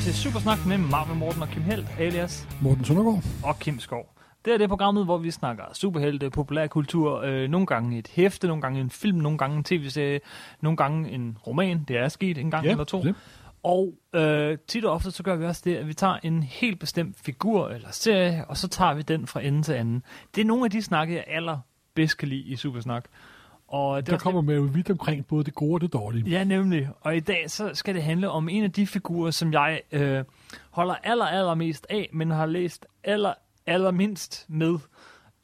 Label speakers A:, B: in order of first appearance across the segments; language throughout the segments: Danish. A: Supersnak med Marvin Morten og Kim Helt, alias
B: Morten Søndergaard.
A: og Kim Skov. Det er det programmet, hvor vi snakker superhelte, populærkultur, øh, nogle gange et hæfte, nogle gange en film, nogle gange en tv-serie, nogle gange en roman, det er sket en gang eller to.
B: det.
A: Og øh, tit og ofte så gør vi også det, at vi tager en helt bestemt figur eller serie, og så tager vi den fra ende til anden. Det er nogle af de snakke, jeg allerbedst kan lide i Supersnak. Og det er
B: Der
A: også det-
B: kommer man jo vidt omkring både det gode og det dårlige.
A: Ja, nemlig. Og i dag så skal det handle om en af de figurer, som jeg øh, holder aller, aller mest af, men har læst aller, aller mindst med.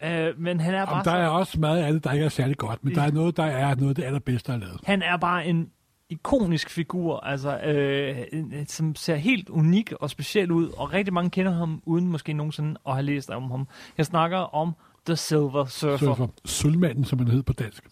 A: Øh, men han er, bare
B: Jamen, der
A: så,
B: er også meget af det, der ikke er særlig godt, men der er noget, der er noget af det allerbedste, der er lavet.
A: han er bare en ikonisk figur, altså, øh, en- en- som ser helt unik og speciel ud, og rigtig mange kender ham, uden måske nogensinde at have læst om ham. Jeg snakker om The Silver Surfer.
B: Så for Sølvmanden, som han hed på dansk.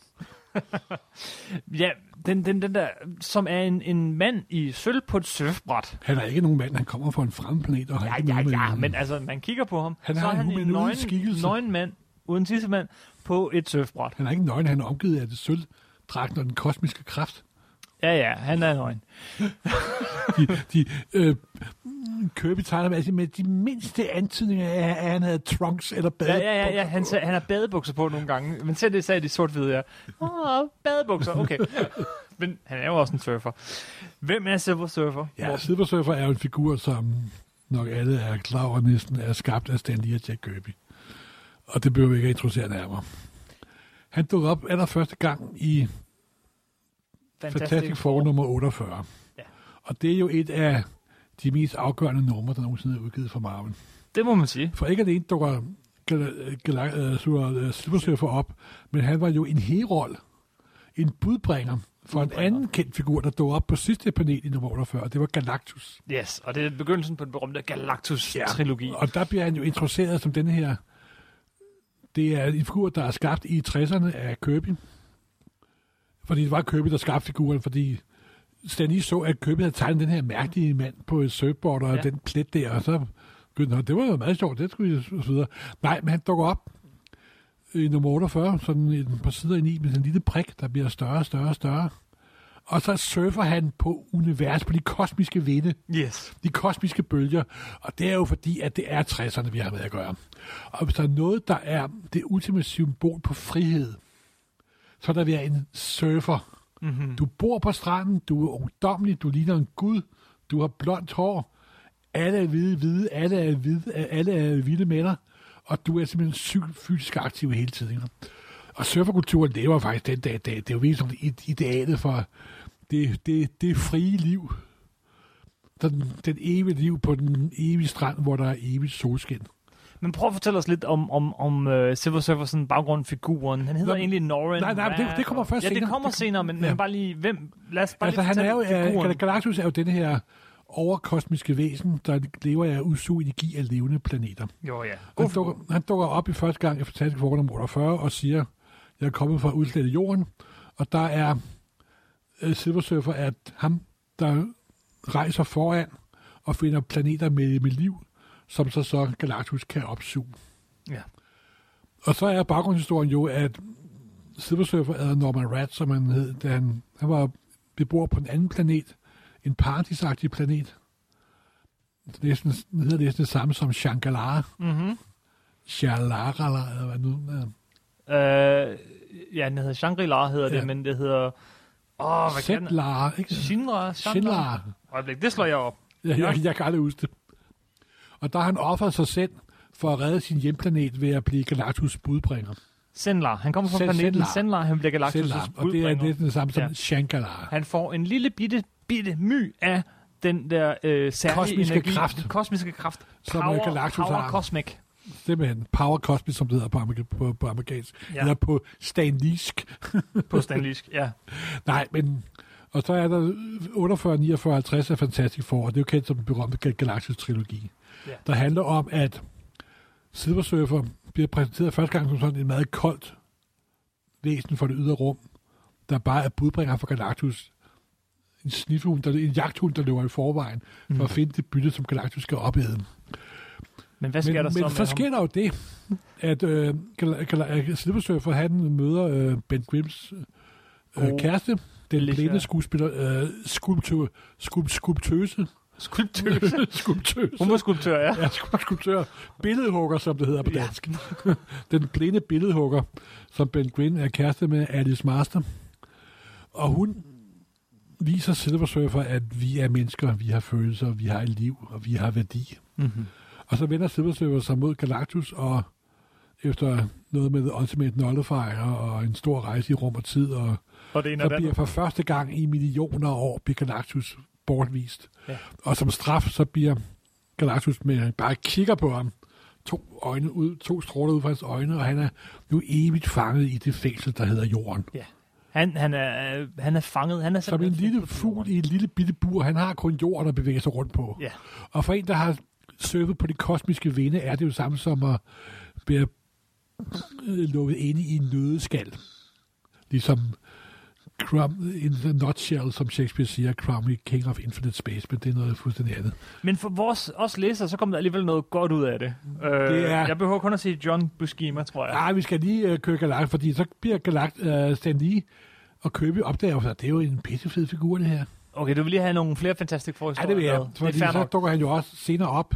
A: Ja, den, den, den der, som er en, en mand i sølv på et surfbræt.
B: Han er ikke nogen mand, han kommer fra en fremmed planet. Og har
A: Ja,
B: ikke
A: ja,
B: noget med-
A: ja, men altså, man kigger på ham,
B: Han
A: så
B: har
A: er
B: en
A: han en
B: humanoid
A: nøgen,
B: skikkelse.
A: nøgen mand, uden tissemand, på et surfbræt.
B: Han er ikke nøgen, han er omgivet af det sølvdragten og den kosmiske kraft.
A: Ja, ja, han er nøgen.
B: De, de øh, mm, Kirby tegner med, altså med de mindste antydninger af, at han havde trunks eller bad.
A: Ja, ja, ja, ja han, ser- han har badebukser på nogle gange, men selv det sagde de sort-hvide, ja. Åh, badebukser, okay. men han er jo også en surfer. Hvem er Silver Surfer?
B: ja
A: Morten?
B: Silver Surfer er jo en figur, som nok alle er klar over næsten er skabt af Stan Lee og Jack Kirby. Og det behøver vi ikke at introducere nærmere. Han dukkede op allerførste gang i Fantastic Four nummer 48.
A: Ja.
B: Og det er jo et af de mest afgørende numre, der nogensinde er udgivet for Marvel.
A: Det må man sige.
B: For ikke alene dukker Gal- Gal- øh, Sur- øh, Silver Surfer op, men han var jo en herold, en budbringer for en anden kendt figur, der dukkede op på sidste panel i nummer 48, og det var Galactus.
A: Yes, og det er begyndelsen på den berømte Galactus-trilogi.
B: Og der bliver han jo introduceret som denne her. Det er en figur, der er skabt i 60'erne af Kirby. Fordi det var Kirby, der skabte figuren, fordi Stan Lee så, at Kirby havde tegnet den her mærkelige mand på et surfboard, og
A: Ja.
B: ja. den plet der, og så begyndte han, det var jo meget sjovt, det skulle jeg og så videre. Nej, men han dukker op i nummer 48, sådan et par sider ind i, med sådan en lille prik, der bliver større og større og større. Og så surfer han på univers, på de kosmiske vinde
A: Yes.
B: de kosmiske bølger, og det er jo fordi, at det er 60'erne, vi har med at gøre. Og hvis der er noget, der er det ultimative symbol på frihed, så er der ved at være en surfer.
A: Mm-hmm.
B: Du bor på stranden, du er ungdomlig, du ligner en gud, du har blondt hår, alle er hvide, hvide, alle er, hvide, alle er vilde med dig, og du er simpelthen sygt fysisk aktiv hele tiden. ikke? Og surferkulturen lever faktisk den dag i dag. Det er jo virkelig sådan et idealet for det, det, det frie liv. Den, den evige liv på den evige strand, hvor der er evigt solskin.
A: Men prøv at fortælle os lidt om, om, om uh, Silver Surfer, sådan baggrundfiguren. Han hedder
B: Nå,
A: egentlig Norrin.
B: nej, nej,
A: Hvad
B: det-
A: er-
B: det kommer først
A: ja, det
B: senere.
A: kommer
B: Det-
A: senere, men,
B: ja.
A: men bare lige, hvem? Lad os bare
B: altså,
A: lige
B: han er jo,
A: fortælle
B: er,
A: figuren.
B: Galactus er jo den her overkosmiske væsen, der lever af usug energi af levende planeter.
A: Jo, ja.
B: Han dukker, han dukker op i første gang i Fantastic Four nummer 48 og siger, jeg er kommet fra udslettet jorden, og der er øh, Silver Surfer, at ham, der rejser foran og finder planeter med, med liv, som så så Galactus kan opsuge.
A: Ja.
B: Og så er baggrundshistorien jo, at Silver Surfer er Norman Rat, som han hed, da han, han var beboer på en anden planet, en paradisagtig planet. Det næsten, det hedder næsten det samme som Shangri-La.
A: Mm-hmm.
B: Shalarala, eller hvad nu? den er.
A: Øh, ja, den hedder Shangri-La, hedder det, ja.
B: Ja.
A: men det hedder... Åh, oh, hvad kan den?
B: Zetlar, ikke?
A: Shinra? Shinra?
B: Shetlar.
A: Øjeblik, det slår jeg op.
B: Jeg, jeg, jeg kan aldrig huske det. Og der har han offret sig selv for at redde sin hjemplanet ved at blive Galactus budbringer.
A: Senlar. Han kommer fra
B: Sen-
A: planeten
B: Senlar.
A: Senlar. Han bliver Galactus'
B: Zetlar. Og det er
A: budbringer.
B: næsten det samme som
A: Ja.
B: ja. Shankara.
A: Han får en lille bitte, bitte my af den der øh, særlige
B: Kosmiske
A: energi.
B: kraft.
A: Kosmiske kraft.
B: Som, øh,
A: power,
B: Galactus
A: power
B: har.
A: Cosmic.
B: Simpelthen. Power Cosmic, som det hedder på, amerika- på, på amerikansk.
A: Ja.
B: Ja. Eller på stanlisk.
A: På Stanlisk, ja.
B: Nej, men... Og så er der 48, 49, 50 af Fantastic Four, og det er jo kendt som den berømte Gal- Galactus-trilogi.
A: Ja.
B: Der handler om, at Silver Surfer bliver præsenteret første gang som sådan en meget koldt væsen for det ydre rum, der bare er budbringer for Galactus. En snifhund, der, en jagthund, der løber i forvejen for
A: Mm.
B: at finde det bytte, som Galactus skal opæde.
A: Men hvad sker
B: men,
A: der så
B: men
A: med
B: så sker
A: ham?
B: der jo det, at øh, Gal- Gal- Silver Surfer, han møder øh, Ben Grimms øh,
A: Gode
B: kæreste, den
A: Alicia.
B: blinde skuespiller, øh, skulptø, skulp, skulptøse
A: Skulptøse.
B: skulptøs.
A: Hun var skulptør, ja.
B: Ja, sku- skulptør. Billedhugger, som det hedder på dansk. Den blinde billedhugger, som Ben Green er kæreste med Alice Master. Og hun viser Silver Surfer, at vi er mennesker, vi har følelser, vi har et liv, og vi har værdi.
A: Mm-hmm.
B: Og så vender Silver Surfer sig mod Galactus, og efter noget med The Ultimate Nullifier og en stor rejse i rum og tid, og
A: Og det er en af
B: så bliver
A: dem.
B: for første gang i millioner af år, bliver Galactus bortvist.
A: Ja.
B: Ja. Og som straf, så bliver Galactus med, bare kigger på ham, to, øjne ud, to stråler ud fra hans øjne, og han er nu evigt fanget i det fængsel, der hedder Jorden.
A: Han, han, er, øh, han er fanget. Han er
B: Som en
A: simpelthen
B: lille
A: fanget på
B: fugl
A: jorden.
B: i et lille bitte bur, han har kun jorden at bevæge sig rundt på.
A: Ja.
B: Og for en, der har surfet på de kosmiske vinde, er det jo samme som at være øh, lukket inde i en nødeskal. Ligesom Crumb, in the nutshell, som Shakespeare siger, Crumb i King of Infinite Space, men det er noget fuldstændig andet.
A: Men for vores os læsere, så kom der alligevel noget godt ud af det. Øh, det
B: er-
A: Jeg behøver kun at se John Buscema, tror jeg.
B: Ja, vi skal lige øh, køre Galakt, fordi så bliver Galakt øh, Stan Lee og Købe opdager, at det er jo en pissefed figur, det her.
A: Okay, du vil lige have nogle flere fantastic
B: Ja,
A: forhistorier.
B: det vil jeg.
A: med.
B: Fordi
A: Det er fair
B: så
A: nok.
B: dukker han jo også senere op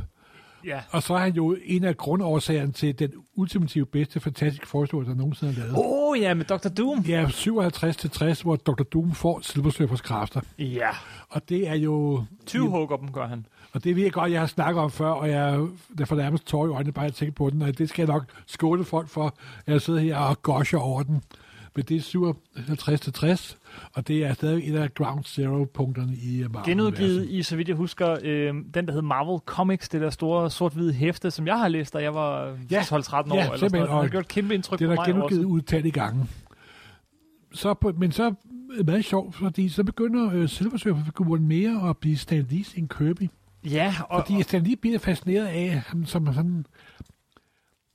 A: Ja.
B: Og så er han jo en af grundårsagerne til den ultimative bedste fantastiske forståelse, der nogensinde er lavet. Oh.
A: Åh, oh, ja, med Dr. Doom.
B: Ja, 57-60, hvor Dr. Doom får Silversurfers kræfter.
A: Ja.
B: Og det er jo...
A: 20 hugger dem, gør han.
B: Og det ved jeg godt, jeg har snakket om før, og jeg der får nærmest tår i øjnene, bare jeg tænker på den, og det skal jeg nok skåle folk for, at jeg sidder her og gosher over den. Men det er 57-60, og det er stadig et af ground zero-punkterne i marvel
A: Genudgivet
B: altså-
A: i, så vidt jeg husker, øh, den der hed Marvel Comics, det der store sort-hvide hæfte, som jeg har læst, da jeg var
B: Ja.
A: 12-13 år.
B: Ja,
A: eller sådan
B: simpelthen.
A: noget. Den har
B: Og
A: gjort et kæmpe indtryk
B: Det er
A: på
B: der
A: mig
B: genudgivet
A: også.
B: udtalt i gange. Så på, men så er det meget sjovt, fordi så begynder øh, Silversurfer-figuren mere at blive Stan Lee's end Kirby.
A: Ja, og,
B: Fordi Stan Lee bliver fascineret af ham som sådan,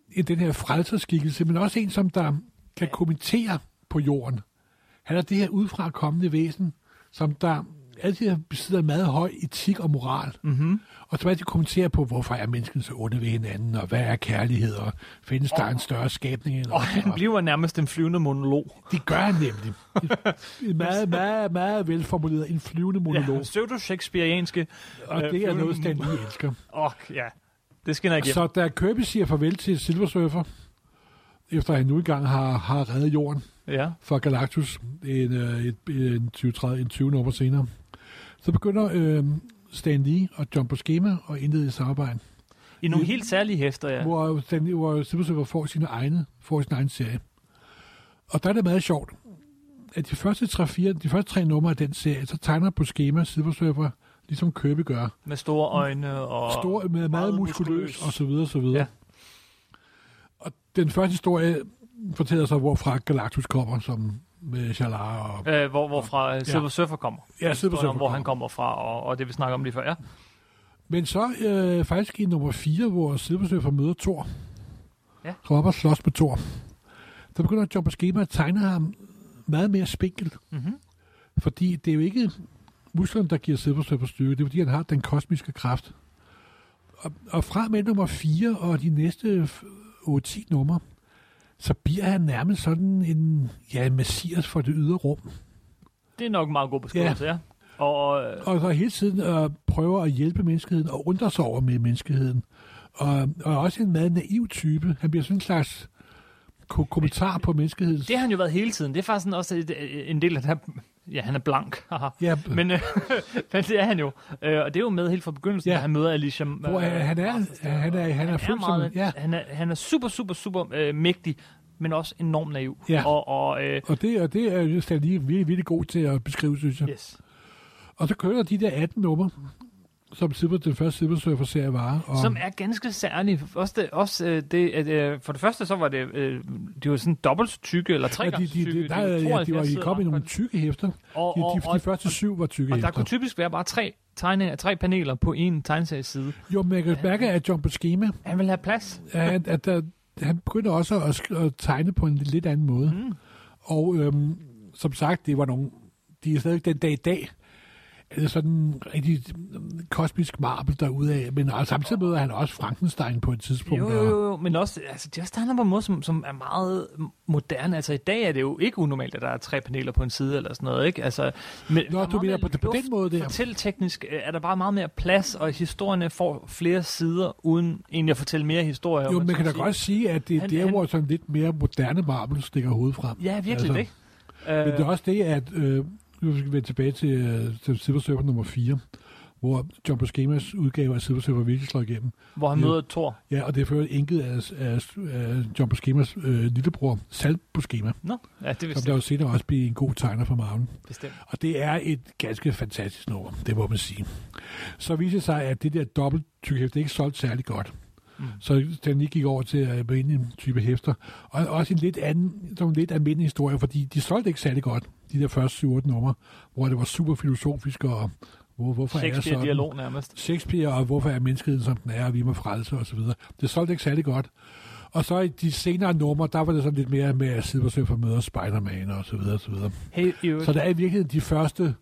B: i den her frelserskikkelse, men også en, som der kan kommentere på jorden. Han er det her udefra kommende væsen, som der altid besidder en meget høj etik og moral.
A: Mm-hmm.
B: Og så altid kommentere på, hvorfor er mennesken så onde ved hinanden, og hvad er kærlighed, og findes der en større skabning end
A: og
B: os,
A: han bliver nærmest en flyvende monolog.
B: det gør han nemlig. En meget, meget, meget velformuleret, en flyvende monolog.
A: Ja, pseudo-shakespearianske. øh,
B: Ja, og det er
A: flyvende
B: noget, Stan Lee elsker.
A: Åh, ja. Det skinner igennem.
B: Så da Kirby siger farvel til Silver Surfer, efter han nu engang har, har reddet jorden
A: Ja.
B: fra Galactus en, øh, et, en, 20, 30, en 20 nummer senere, så begynder øh, Stan Lee og John Buscema at indlede et samarbejde,
A: I nogle
B: Vi-
A: helt særlige hæfter, ja.
B: ja. hvor, Stan Lee, hvor Silver Surfer får, sine egne, får sin egen serie. Og der er det meget sjovt, at de første, 3, 4, de første tre numre af den serie, så tegner Buscema Silver Surfer, ligesom Kirby gør,
A: Med store øjne og...
B: stor, med
A: meget
B: meget, meget muskuløs,
A: muskuløs.
B: og så videre, så videre.
A: Ja.
B: Ja. Og den første historie fortæller så, hvorfra Galactus kommer, som med Shalar og...
A: Øh, hvor, hvorfra øh, Silver Surfer kommer.
B: Ja, Silver Surfer
A: Om, hvor han kommer fra, og, og det vi snakker om lige før. Ja.
B: Men så øh, faktisk i nummer 4, hvor Silver Surfer møder Thor.
A: Ja.
B: Så op og slås med Thor. Der begynder John Buscema at tegne ham meget mere spinkel,
A: Mm-hmm.
B: fordi det er jo ikke musklerne, der giver Silver Surfer styrke. Det er, fordi han har den kosmiske kraft. Og, og fra med nummer 4 og de næste f- 8-10 numre, så bliver han nærmest sådan en ja, en messias for det ydre rum.
A: Det er nok en meget god beskrivelse, ja. ja. Og øh,
B: Og så hele tiden øh, prøver at hjælpe menneskeheden og undre sig over med menneskeheden. Og, og også en meget naiv type. Han bliver sådan en slags ko- kommentar på menneskeheden.
A: det har han jo været hele tiden. Det er faktisk sådan også et, øh, en del af det her... Ja, han er blank. haha.
B: Ja,
A: Men, øh, men det er han jo. Øh, og det er jo med helt fra begyndelsen, ja.
B: Ja.
A: da han møder Alicia. Øh,
B: hvor han, han, er, han er, han er,
A: han, er meget,
B: fuldstændig... Ja.
A: han, er, han er super, super, super øh, mægtig, men også enormt naiv.
B: Ja.
A: Og, og øh,
B: Og det, og det er jo Stan Lee virkelig, virkelig god til at beskrive, synes jeg.
A: yes.
B: Og så kører de der 18 numre, som Silver, den første Silver Surfer-serie var. Og,
A: Som er ganske særlig. Også det, også øh, det at, øh, for det første så var det, øh, de var sådan dobbelt tykke, eller tre
B: ja, de,
A: gange
B: de,
A: tykke.
B: de, nej, ja, de, var,
A: 72
B: de kom i
A: sider
B: nogle
A: langt.
B: tykke hæfter. De,
A: og, og,
B: de,
A: og,
B: de første syv var tykke
A: og der kunne
B: hæfter.
A: typisk være bare tre, tegne, tre paneler på en tegneserieside.
B: Jo, men jeg kan mærke, at John Buscema,
A: Han ville have plads.
B: at, at der, han begyndte også at, sk- at tegne på en lidt anden måde.
A: Mm.
B: Og øhm, som sagt, det var nogle... De er stadig den dag i dag eller sådan en rigtig mm, kosmisk marble derude af, men altså, samtidig møder han også Frankenstein på et tidspunkt.
A: Jo,
B: og-
A: jo, jo, men også, altså, det er også tegnet på en måde, som, som er meget moderne. Altså, i dag er det jo ikke unormalt, at der er tre paneler på en side eller sådan noget, ikke? Altså, men
B: Nå,
A: der er meget
B: du mener
A: mere
B: på- på den
A: luft.
B: måde der.
A: Fortælleteknisk øh, er der bare meget mere plads, og historierne får flere sider, uden egentlig at fortælle mere historie. om
B: Jo,
A: man
B: man kan da
A: skal
B: godt
A: sige.
B: sige, at det er
A: Han-
B: der,
A: han-
B: hvor sådan lidt mere moderne Marvel stikker hovedet frem.
A: Ja, virkelig,
B: Altså,
A: altså, ikke?
B: Men det er også det, at... Øh, nu skal vi vende tilbage til, øh, til Silver Surfer nummer 4, hvor John Buscema's udgave af Silver Surfer virkelig slår igennem.
A: hvor han
B: jo.
A: møder Thor.
B: Ja, og det er for øvrigt enket af, af, af John Buscema's øh, lillebror, Sal Buscema,
A: Nå, ja, det
B: som
A: vil
B: der
A: jeg
B: jo senere også bliver en god tegner for Marvel.
A: bestemt.
B: Og det er et ganske fantastisk nummer, det må man sige. Så viser det sig, at det der dobbelt tykkehæfte ikke solgt særlig godt.
A: Mm.
B: Mm. Så Stan Lee gik over til at være inde i en type hæfter. Og også en lidt anden, som en lidt almindelig historie, fordi de solgte ikke særlig godt, de der første 7-8 numre, hvor det var super filosofisk, og hvor, hvorfor er jeg sådan?
A: Shakespeare-dialog nærmest.
B: Shakespeare, og hvorfor er menneskeheden, som den er, og vi må frelse osv. Det solgte ikke særlig godt. Og så i de senere numre, der var det sådan lidt mere med at sidde og søge for møder Spider-Man og så videre, og så videre.
A: Hey, i øvrigt,
B: Så der er i virkeligheden de første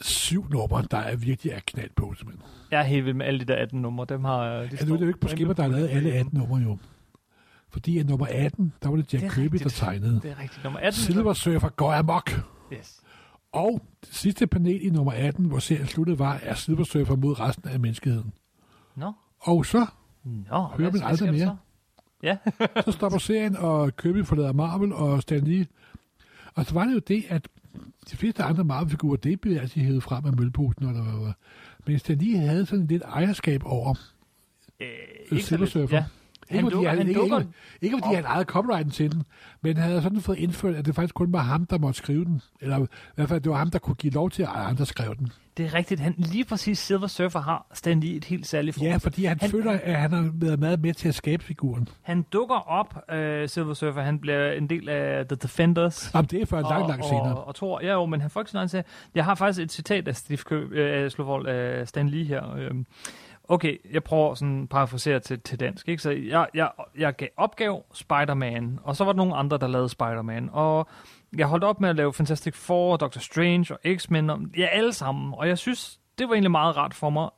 B: syv numre, der er virkelig er knald på, simpelthen.
A: jeg er helt vild med alle de der 18 numre. Dem har, øh, de
B: Ja, nu er det jo ikke på skimmer, der har lavet alle 18 numre jo. Fordi at nummer 18, der var det
A: Det
B: Jack
A: er
B: Kirby, der
A: rigtigt.
B: tegnede.
A: Det er rigtigt. Nummer 18.
B: Silver Surfer går amok.
A: Yes.
B: Og det sidste panel i nummer 18, hvor serien sluttede, var, er Silver Surfer mod resten af menneskeheden.
A: Nå,
B: Og så
A: Nå,
B: Hører Mm. man aldrig
A: sker der
B: mere?
A: så? Ja,
B: Så stopper serien, og Kirby forlader Marvel og Stan Lee. Og så var det jo det, at de fleste andre Marvel-figurer, det blev altid hævet frem af mølpoten. Eller hvad, hvad. Men Stan Lee havde sådan lidt ejerskab over.
A: øh, ikke så
B: Silver
A: lidt.
B: Surfer.
A: Ja. Han,
B: Ikke fordi,
A: dukker,
B: han,
A: han,
B: ikke,
A: dukker,
B: ikke, ikke fordi han ejede copyrighten til den, men han havde sådan fået indført, at det faktisk kun var ham, der måtte skrive den. Eller i hvert fald, det var ham, der kunne give lov til, at andre skrev den.
A: det er rigtigt. Han, lige præcis Silver Surfer har Stan Lee et helt særligt forhold.
B: Ja, fordi han,
A: Han-
B: han føler, at han har været meget med til at skabe figuren.
A: Han dukker op, øh, Silver Surfer. Han bliver en del af The Defenders.
B: Jamen, det er før langt, langt senere.
A: Og, og Thor, ja jo, men han får ikke sådan noget, han siger. Jeg har faktisk et citat af Steve Kø, øh, af Slovold, øh, Stan Lee her. Øh, okay, jeg prøver sådan at parafrasere til, til dansk. Ikke? Så jeg, jeg, jeg gav opgave Spider-Man, og så var der nogle andre, der lavede Spider-Man. Og jeg holdt op med at lave Fantastic Four, Doctor Strange og X-Men. Og, ja, alle sammen. Og jeg synes, det var egentlig meget rart for mig.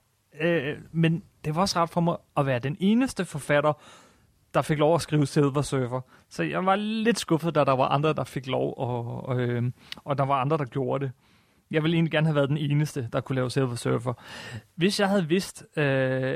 A: Øh, men det var også rart for mig at være den eneste forfatter, der fik lov at skrive Silver Surfer. Så jeg var lidt skuffet, da der var andre, der fik lov, og, og, øh, og der var andre, der gjorde det. Jeg ville egentlig gerne have været den eneste, der kunne lave Silver Surfer. Hvis jeg havde vidst, øh,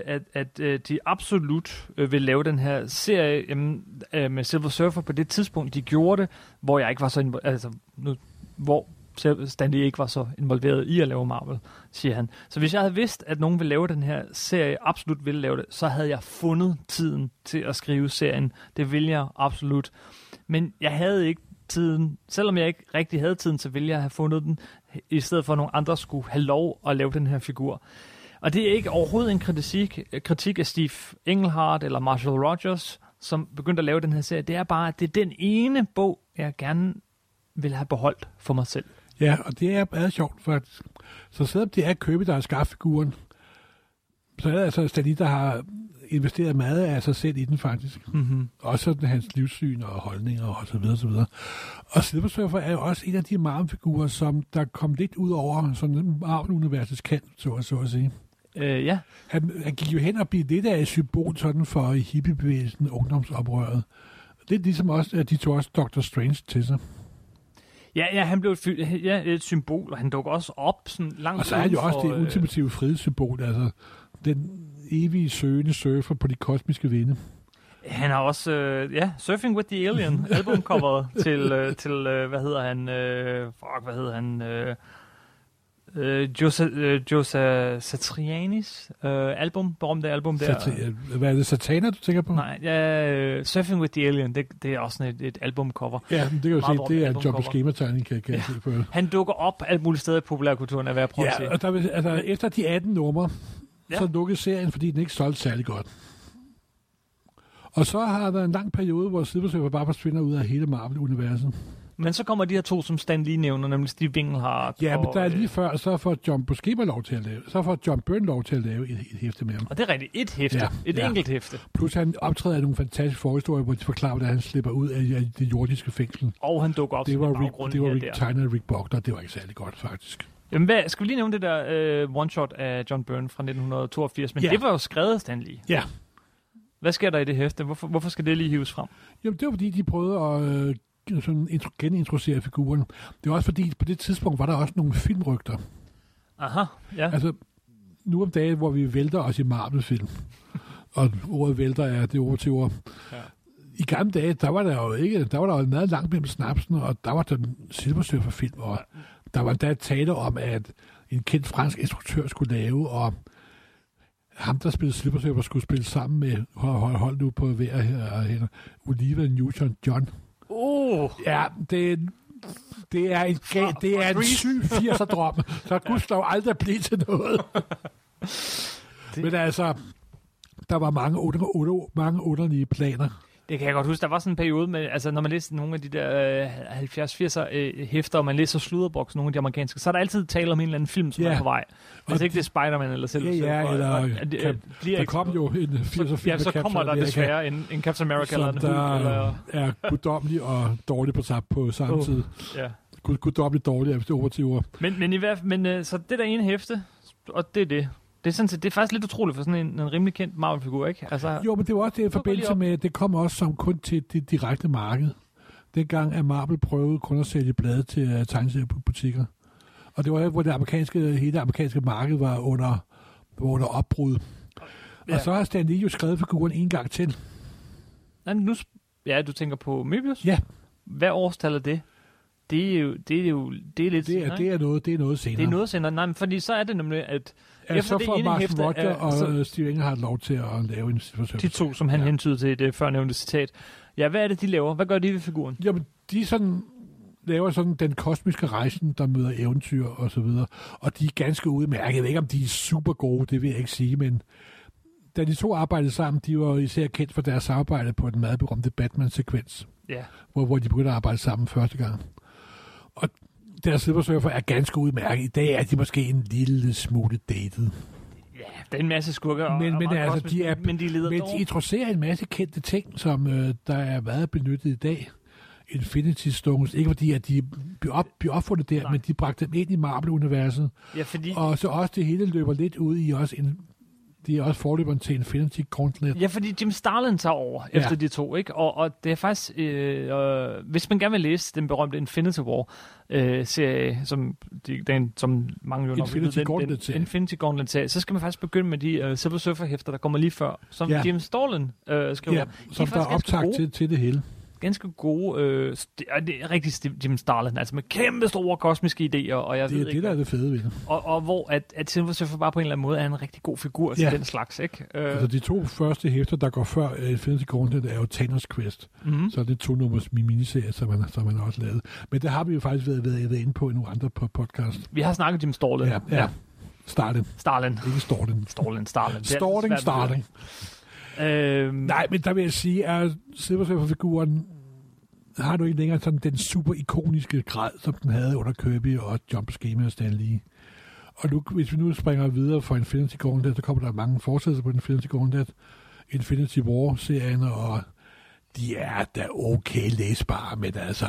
A: at, at øh, de absolut øh, ville lave den her serie jamen, øh, med Silver Surfer på det tidspunkt, de gjorde det, hvor jeg ikke var så invo- altså, nu, hvor selv Stanley ikke var så involveret i at lave Marvel, siger han. Så hvis jeg havde vidst, at nogen ville lave den her serie, absolut ville lave det, så havde jeg fundet tiden til at skrive serien. Det ville jeg absolut. Men jeg havde ikke tiden. Selvom jeg ikke rigtig havde tiden, så ville jeg have fundet den, i stedet for at nogle andre skulle have lov at lave den her figur. Og det er ikke overhovedet en kritik, kritik af Steve Englehart eller Marshall Rogers, som begyndte at lave den her serie. Det er bare, at det er den ene bog, jeg gerne vil have beholdt for mig selv.
B: Ja, og det er meget sjovt, faktisk. Så selvom det er Købe, der har skabt figuren, så er det altså Stanley, der har investeret meget af sig selv i den, faktisk.
A: Mm-hmm.
B: Også sådan hans livssyn og holdninger og så videre, så videre. Og Silver Surfer er jo også en af de Marvel-figurer, som der kom lidt ud over sådan Marvel-universets kant, så at, så at sige.
A: Øh, ja,
B: Han, han gik jo hen og blev lidt af et symbol sådan for hippiebevægelsen, ungdomsoprøret. Lidt ligesom også, at de tog også Dr. Strange til sig.
A: Ja, ja, han blev et, fy- ja, et symbol, og han dukker også op sådan langt
B: Og så er han jo
A: uden
B: også
A: for,
B: det
A: øh,
B: ultimative frihedssymbol, altså den evige søgende surfer på de kosmiske vinde.
A: Han har også, øh, ja, Surfing with the Alien, albumcoveret til, øh, til øh, hvad hedder han, øh, fuck, hvad hedder han, øh, øh, Josa, øh, Josa Satrianis øh, album, berømte album der.
B: Sat- hvad er det, Satana, du tænker på?
A: Nej, ja, øh, Surfing with the Alien, det, det er også sådan et, et albumcover.
B: Ja, men det kan
A: Meget
B: jo se,
A: dårligt
B: det er en
A: album
B: job
A: cover.
B: på skemategning, kan, kan ja. jeg se på.
A: Han dukker op alt muligt steder i populærkulturen, er hvad jeg prøver at
B: Ja,
A: sige.
B: og der, vil- altså, efter de 18 numre,
A: Ja.
B: ja. så lukkede serien, fordi den ikke solgte særlig godt. Og så har der været en lang periode, hvor Silversurfer bare forsvinder ud af hele Marvel-universet.
A: Men så kommer de her to, som Stan lige nævner, nemlig Steve Englehart.
B: Ja, men
A: og,
B: der er
A: øh,
B: lige før, så får John Buscema lov til at lave, så får John Byrne lov til at lave et, et hæfte med ham.
A: Og det er rigtigt, et hæfte, ja,
B: Ja,
A: et ja.
B: ja.
A: enkelt hæfte.
B: Plus han optræder i nogle fantastiske forhistorier, hvor de forklarer, hvordan han slipper ud af af det jordiske fængsel.
A: Og han dukker op
B: Det var,
A: sådan i
B: Rick,
A: baggrunden
B: det var
A: her og
B: Rick
A: der.
B: Tyner og Rick Bogner, det var ikke særlig godt faktisk.
A: Jamen, hvad, skal vi lige nævne det der øh, one-shot af John Byrne fra 1982? Men
B: Ja.
A: yeah. det var jo skrevet af Stan Lee.
B: Ja.
A: Hvad sker der i det hæfte? Hvorfor, hvorfor skal det lige hives frem?
B: Jamen, det var fordi, de prøvede at øh, sådan intro- genintroducere figuren. Det var også fordi, på det tidspunkt var der også nogle filmrygter.
A: Aha, ja.
B: Altså, nu om dagen, hvor vi vælter os i Marvel-film, og ordet vælter er det ord til ord.
A: Ja.
B: Ja. I gamle dage, der var der jo ikke, der var der jo meget langt mellem snapsen, og der var der silversøffer film, og der var der tale om, at en kendt fransk instruktør skulle lave, og ham, der spillede Slippersøber, skulle spille sammen med, hold, hold, hold nu på hver her, hænder, Oliver Newton-John.
A: Oh,
B: Ja, det, det er en, ga- det er en
A: Reed.
B: syg 80'er drøm, så Gustav aldrig blive til noget.
A: Det-
B: det... Men altså, der var mange, under, under, mange underlige planer.
A: det kan jeg godt huske. Der var sådan en periode med, altså når man læste nogle af de der øh, 70-80'er øh, hæfter, og man læser Sludderbox, nogle af de amerikanske, så er der altid tale om en eller anden film, som
B: Ja.
A: yeah. er på vej. Hvis
B: Og
A: ikke det er Spider-Man eller selv.
B: Ja, ja,
A: selv- og-
B: eller
A: og- og- det, øh,
B: Cap-
A: bliver
B: Der
A: ikke-
B: kom jo en 80'er film
A: Ja, så
B: med
A: kommer
B: Captain
A: der
B: America,
A: desværre en, en Captain America eller en
B: som der
A: Hulk, eller...
B: er guddommelig og dårlig på, sam- på samme
A: Åh.
B: oh. tid.
A: Ja.
B: Gud, guddommelig dårlig, er vist det ord til ord.
A: Men, men i hvert fald, men, øh, så det der ene hæfte, og det er det. Det er, sådan set, det er faktisk lidt utroligt for sådan en, en rimelig kendt Marvel-figur, ikke? Altså,
B: Jo, men det var også det i
A: går lige
B: forbindelse
A: op.
B: med, at det kom også som kun til det direkte marked. Dengang at Marvel prøvede kun at sælge blade til uh, tegneseriebutikker. Og det var her, hvor det amerikanske, hele det amerikanske marked var under, var under opbrud. Ja.
A: Ja.
B: Og så har Stan Lee jo skrevet figuren en gang til.
A: nej, nu, sp- ja, du tænker på Möbius?
B: Ja.
A: Hvad årstal er det? Det er jo, det er jo, det er lidt
B: Det er,
A: senere,
B: det er, noget, det er noget senere.
A: det er noget senere. Nej, men fordi så er det nemlig, at
B: ja,
A: efter
B: så
A: det
B: får
A: ene
B: Mark
A: hæfte,
B: Roger
A: øh,
B: og
A: så-
B: så... Steve Englehart lov til at lave en
A: de
B: forsøg.
A: to, som han ja.
B: Ja.
A: hentyder til i det førnævnte citat, ja, hvad er det, de laver? Hvad gør de ved figuren?
B: Jamen, de sådan laver sådan den kosmiske rejsen, der møder eventyr og så videre. Og de er ganske udmærket. Jeg ved ikke, om de er super gode, det vil jeg ikke sige, men da de to arbejdede sammen, de var især kendt for deres samarbejde på den meget berømte Batman-sekvens,
A: Ja.
B: hvor, hvor de begyndte at arbejde sammen første gang. Og deres silversurfer er ganske udmærket. I dag er de måske en lille smule dated.
A: Ja, der er en masse skurker. og-
B: Men-
A: og
B: men
A: meget
B: altså,
A: kosmisk,
B: de er-
A: Men de leder
B: Men
A: dog.
B: de introducerer en masse kendte ting, som øh, der er meget benyttet i dag. Infinity Stones. Ikke fordi, at de blev, op, blev opfundet der,
A: Nej.
B: Nej. men de bragte dem ind i Marvel-universet.
A: Ja, fordi...
B: Og så også det hele løber lidt ud i også en, de er også forløberen til Infinity Gauntlet.
A: Ja, fordi Jim Starlin tager over ja.
B: Ja.
A: efter de to, ikke? Og, og det er faktisk, øh, øh, hvis man gerne vil læse den berømte Infinity War-serie, øh, serie, som, de, den, som mange jo nok
B: Infinity
A: ved, den, den,
B: Gauntlet-serie.
A: Infinity Gauntlet-serie, så skal man faktisk begynde med de øh, Silver Surfer-hæfter, der kommer lige før, som ja.
B: Ja.
A: Jim Starlin øh, skriver. Ja.
B: Ja, som der er
A: faktisk ganske
B: optagt
A: gode. Altså,
B: til, til det hele.
A: Ganske gode, øh, st- og det er rigtig sti- Jim Starlin, altså med kæmpe store kosmiske idéer, og jeg
B: Det
A: ved
B: er
A: ikke,
B: det, der er det fede ved det.
A: og, og hvor at, at Silver Surfer bare på en eller anden måde er en rigtig god figur til
B: Ja.
A: den slags, ikke? Øh,
B: Altså, de to første hæfter, der går før øh, Infinity Gauntlet, er jo Thanos Quest.
A: mhm.
B: Så er det to nummers miniserie, som han, som han også lavet. Men det har vi jo faktisk været, været inde på i nogle andre på podcast.
A: Vi har snakket Jim Starlin.
B: Ja, ja. Starten.
A: Starlin.
B: Ikke Storten.
A: Starling, Starling. Det er
B: Storting,
A: altid svært at
B: starting.
A: sige. Øhm, Nej.
B: Nej, men der vil jeg sige, at Silversurfer-figuren har nu ikke længere sådan den super ikoniske grad, som den havde under Kirby og Jump Schema og Stan Lee. Og nu, hvis vi nu springer videre fra Infinity Gauntlet, så kommer der mange fortsættelser på Infinity Gauntlet, Infinity War-serien, og de er da okay læsbare, men altså,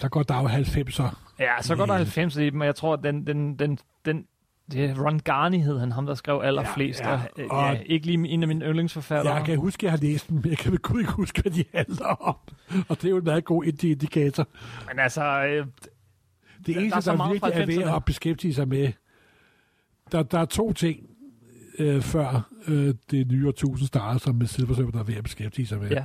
B: så går der jo 90'er.
A: Ja, så
B: Mm.
A: går der 90 i dem, og jeg tror, at den, den, den, den, det er Ron Garney hed han, ham der skrev allerflest. Ja,
B: Ja,
A: ja.
B: ja.
A: Og, øh,
B: Og-
A: ja, ikke lige en af mine yndlingsforfattere.
B: Jeg kan huske, at jeg har læst dem, men jeg kan ved Gud ikke huske, hvad de handler om. Og det er jo en meget god indikator.
A: Men altså, øh,
B: Det
A: Der-
B: eneste,
A: der er så
B: der, der
A: meget fra
B: virkelig er ved
A: 90'erne.
B: at beskæftige sig med, der, der er to ting, øh, før øh, det nye årtusind starter, som med Silverserver, der er ved at beskæftige sig med.
A: ja.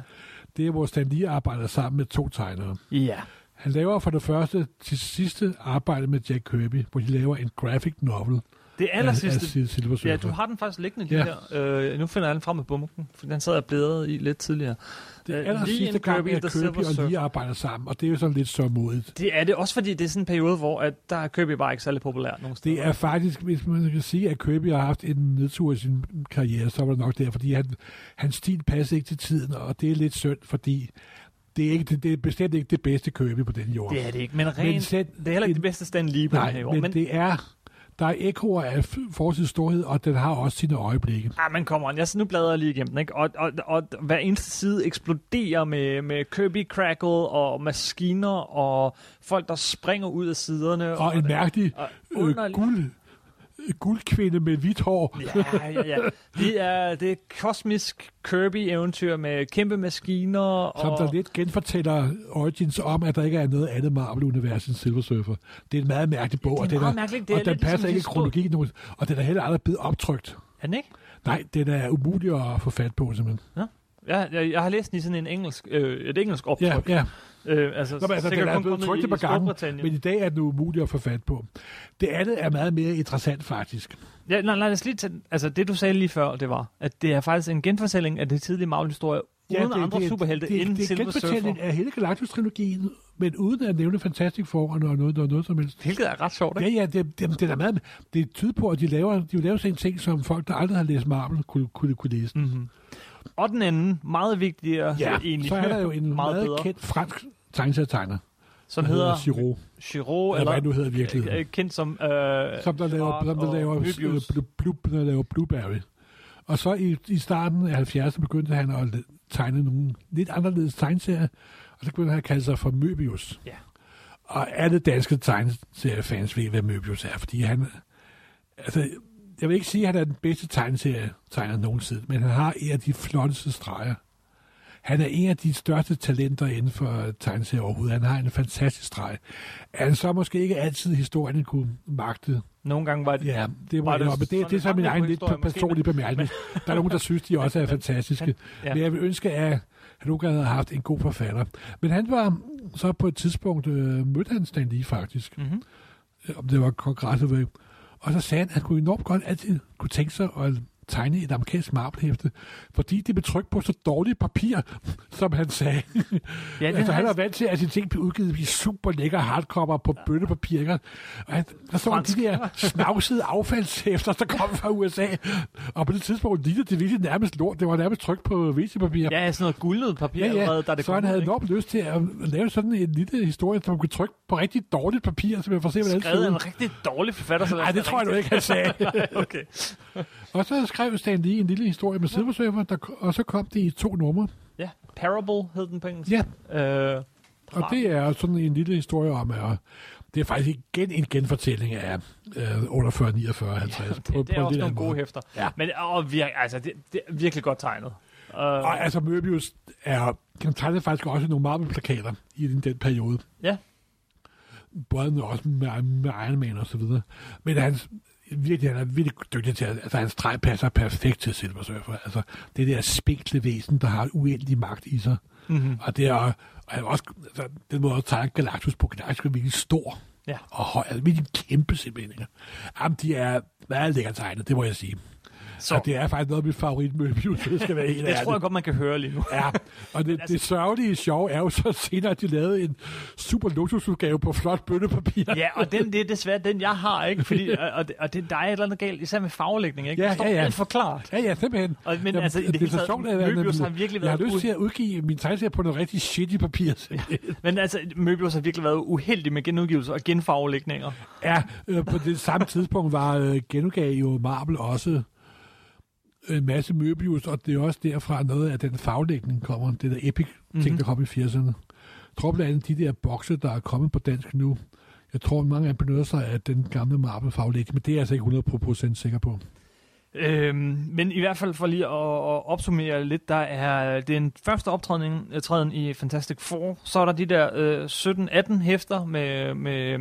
B: Det er, hvor Stan Lee arbejder sammen med to tegnere.
A: ja.
B: Han laver for det første til sidste arbejde med Jack Kirby, hvor de laver en graphic novel
A: Det aller sidste.
B: af, af Silverserver.
A: Ja, du har den faktisk liggende lige
B: Ja.
A: ja. der. Øh, nu finder jeg den frem med bunken, for den sad jeg blædret i lidt tidligere.
B: Det
A: Øh,
B: er aller
A: Lee
B: sidste
A: and
B: gang,
A: Kirby, The
B: at Kirby
A: Silver
B: og Lee
A: Surfer.
B: arbejder sammen, og det er jo sådan lidt så modigt.
A: Det er det også, fordi det er sådan en periode, hvor at der er Kirby bare ikke særlig populær nogen steder.
B: Det er faktisk, hvis man kan sige, at Kirby har haft en nedtur i sin karriere, så var det nok der, fordi han, hans stil passer ikke til tiden, og det er lidt synd, fordi det er, ikke, det, det er bestemt ikke det bedste Kirby på den jord.
A: det er det ikke, men rent...
B: men
A: Men,
B: selv,
A: det er heller ikke det bedste stand lige på den
B: nej,
A: her
B: men,
A: år. Men,
B: det er, Der er ekoer af f- fortidens storhed, og den har også sine øjeblikke.
A: Ah, men kommer on. Jeg, nu bladrer jeg lige igennem den, ikke? Og, og, og hver eneste side eksploderer med, med Kirby Crackle og maskiner og folk, der springer ud af siderne.
B: Og en mærkelig
A: og
B: øh,
A: underlig-
B: guld, øh, guldkvinde med hvidt hår.
A: Ja, ja, ja. Det er det er et kosmisk Kirby-eventyr med kæmpe maskiner.
B: Som
A: og...
B: der lidt genfortæller Origins om, at der ikke er noget andet Marvel-univers end Silver Surfer. Det er en meget mærkelig bog,
A: det er
B: og den,
A: meget mærkeligt. Det er
B: og den
A: lidt ligesom
B: passer ikke i
A: historie-
B: kronologien, nogen- og den er heller aldrig blevet optrykt.
A: Er den ikke?
B: Nej, den er umulig at få fat på, simpelthen.
A: Ja, jeg, jeg har læst den i sådan en engelsk, øh, et engelsk
B: Ja,
A: optryk.
B: ja.
A: Øh, altså,
B: Nå, men altså, den
A: sikkert
B: er
A: kun
B: blevet
A: kommet
B: trykt
A: i-
B: et par
A: i
B: gange,
A: Storbritannien.
B: men i dag er den umulig at få fat på. Det andet er meget mere interessant, faktisk.
A: Ja, nej, nej, lad os lige tage, den. altså det du sagde lige før, det var, at det er faktisk en genfortælling af det tidlige Marvel-historie, uden andre superhelte
B: det,
A: end
B: det, det er
A: Silver Surfer.
B: genfortælling af hele Galactus-trilogien, men uden at nævne Fantastic Four og noget, noget, noget, noget som helst.
A: Hvilket er ret sjovt, ikke?
B: Ja, ja, det, det, det er da meget... Det tyder på, at de laver, de laver sådan en ting, som folk, der aldrig har læst Marvel, kunne, kunne, kunne læse.
A: Mm-hmm. Og den anden, meget vigtigere ja, Mm. egentlig,
B: så er der jo en
A: meget
B: meget,
A: bedre,
B: kendt fransk tegneserietegner,
A: som
B: der
A: hedder
B: Giraud,
A: Giro,
B: eller
A: eller,
B: hvad nu hedder virkelig.
A: øh, kendt som... Øh,
B: som der laver,
A: Gerard
B: som der
A: og
B: laver,
A: Möbius.
B: øh, Blu- Blu- der laver Blueberry. Og så i, i starten af 70'erne begyndte han at la- tegne nogle lidt anderledes tegneserier, og så begyndte han at kalde sig for Möbius.
A: Ja.
B: Og alle danske tegneseriefans ved, hvad Möbius er, fordi han... Altså, jeg vil ikke sige, at han er den bedste tegneserietegner nogensinde, men han har en af de flotteste streger. Han er en af de største talenter inden for tegneserier overhovedet. Han har en fantastisk streg. Er han så måske ikke altid historien kunne magte?
A: Nogle gange var det...
B: Ja, det må
A: Var
B: jeg
A: det
B: indrømme. Det,
A: sådan
B: det er så
A: en
B: min
A: mangel
B: egen
A: på
B: lidt
A: historie, måske,
B: personlige bemærkning. Der er nogen, der synes, de også er fantastiske.
A: ja.
B: Men jeg vil ønske, at han nogle gange havde haft en god forfatter. Men han var så på et tidspunkt, øh, mødte han Stan Lee faktisk,
A: Mm-hmm.
B: øh, om det var kongresset ved. Og så sagde han, at han kunne enormt godt altid kunne tænke sig at tegne et amerikansk marble fordi det blev trykt på så dårligt papir, som han sagde.
A: Ja,
B: Ja,
A: det
B: altså,
A: har
B: han er
A: jeg-
B: vant til, at sine ting bliver udgivet i super lækker hardcover på bøttepapir. ikke? Og han, der så de
A: Fransk.
B: der snavsede affaldshæfter, der kom fra USA. Og på det tidspunkt lignede det virkelig nærmest lort. Det var nærmest trykt på VC-papir.
A: ja, sådan noget guldet papir allerede, da det
B: så
A: kom
B: han
A: ud,
B: havde
A: ikke?
B: enormt lyst til at lave sådan en lille historie, som man kunne trykke på rigtig dårligt papir, så man får se, hvordan det
A: Skrevet af
B: ser ud.
A: en rigtig dårlig forfatter. Så
B: Nej, det tror jeg nu ikke, han sagde.
A: ikke. okay.
B: og så skrev Stan Lee en lille historie med Silver Surfer, der, og så kom det i to numre.
A: Ja, Parable hed den på engelsk.
B: Ja,
A: Øh,
B: Og det er sådan en lille historie om, at det er faktisk igen en genfortælling af øh, 48, 49, 50. Ja,
A: det, det er også nogle gode hæfter.
B: Ja.
A: Men og vir, altså, det, det er virkelig godt tegnet. Uh,
B: Og altså, Möbius er, han tegnede faktisk også nogle Marvel-plakater i den, den periode.
A: ja,
B: Både også med, med Iron Man og så videre. Men han, virkelig, han er virkelig dygtig til, at- altså hans træ passer perfekt til Silver Surfer. Altså, det der spinkle væsen, der har uendelig magt i sig.
A: Mhm.
B: Og det er, og han er også, altså, den måde at tegne Galactus på Galactus er virkelig stor.
A: ja.
B: og høj, altså virkelig kæmpe simpelthen. Jamen, de er meget lækkert tegnet, det må jeg sige.
A: Så
B: Så. Og det er faktisk noget af mit favorit Möbius, det skal være helt
A: det
B: ærlig.
A: tror jeg godt, altså- man kan høre lige nu.
B: Ja, og det, det sørgelige sjov er jo så senere, at de lavede en super luksusudgave på flot bøttepapir.
A: Ja, og den, det er desværre den, jeg har, ikke? Fordi, og, og, det- og det, der er et eller andet galt, især med farvelægning, ikke?
B: Ja,
A: det står
B: ja, ja.
A: alt for klart.
B: Ja, ja, simpelthen.
A: Og, men
B: Jamen,
A: altså, i det,
B: det er
A: hele
B: så
A: taget,
B: sjovt, at
A: Möbius har virkelig
B: jeg har
A: været
B: lyst
A: u-
B: til at udgive min tegneserie på noget rigtig shitty papir. simpelthen.
A: men altså, Möbius har virkelig været uheldig med genudgivelser og genfarvelægninger.
B: Ja, øh, på det samme tidspunkt var øh, genudgav jo Marvel også øh, en masse Möbius, og det er også derfra noget af den faglægning kommer, det der epic ting,
A: Mhm.
B: mm-hmm. der kom i 80'erne. Jeg tror blandt andet, de der bokse, der er kommet på dansk nu, jeg tror, mange af dem benytter sig af den gamle Marvel-faglægning, men det er jeg altså ikke 100% sikker på.
A: Øhm, men i hvert fald for lige at, at opsummere lidt, der er det er den første optræden øh, træden i Fantastic Four. Så er der de der øh, 17-18 hæfter med, med,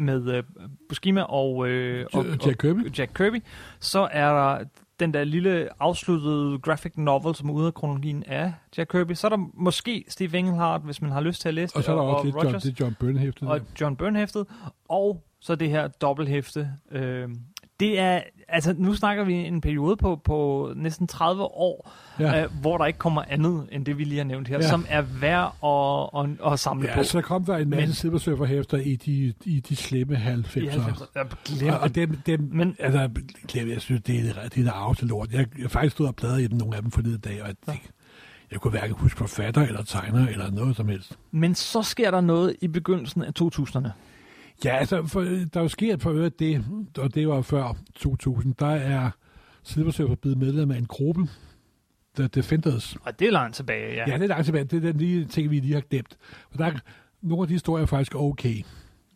A: med øh, Buskima og, øh, og,
B: Øh, Jack Kirby?
A: og Jack Kirby. Så er der den der lille afsluttede graphic novel, som er ude af kronologien af Jack Kirby. Så er der måske Steve Englehart, hvis man har lyst til at læse
B: Og så er der
A: det,
B: også lidt John,
A: Rogers
B: det John Byrne-hæftet.
A: og John Byrne-hæftet, og så det her dobbelthæfte. Øh, det er, altså nu snakker vi en periode på, på næsten 30 år, ja.
B: Ja.
A: øh, hvor der ikke kommer andet end det, vi lige har nævnt her, ja.
B: Ja.
A: som er værd at, at, at samle
B: Ja,
A: på.
B: så kom der en
A: Men-
B: masse Silversurfer-hæfter i de, i de slemme 90'er.
A: I 90'erne. Jeg
B: Ja,
A: glemmer
B: og
A: det.
B: dem, dem
A: Men-
B: men, altså, Clem, jeg synes, det er det, det der arve til lort. Jeg, jeg faktisk stod og bladrede i dem, nogle af dem forleden dag, og jeg, tænkte, jeg kunne hverken huske forfatter eller tegner eller noget som helst.
A: Men så sker der noget i begyndelsen af 2000'erne.
B: Ja, altså, for, der er jo sket for øvrigt det, og det var før 2000, der er Silversurfer blevet medlem af en gruppe, The Defenders.
A: Og det er langt tilbage, ja.
B: Ja, det er langt tilbage. Det er den lige ting, vi lige har glemt. Og der, er- nogle af de historier er faktisk okay,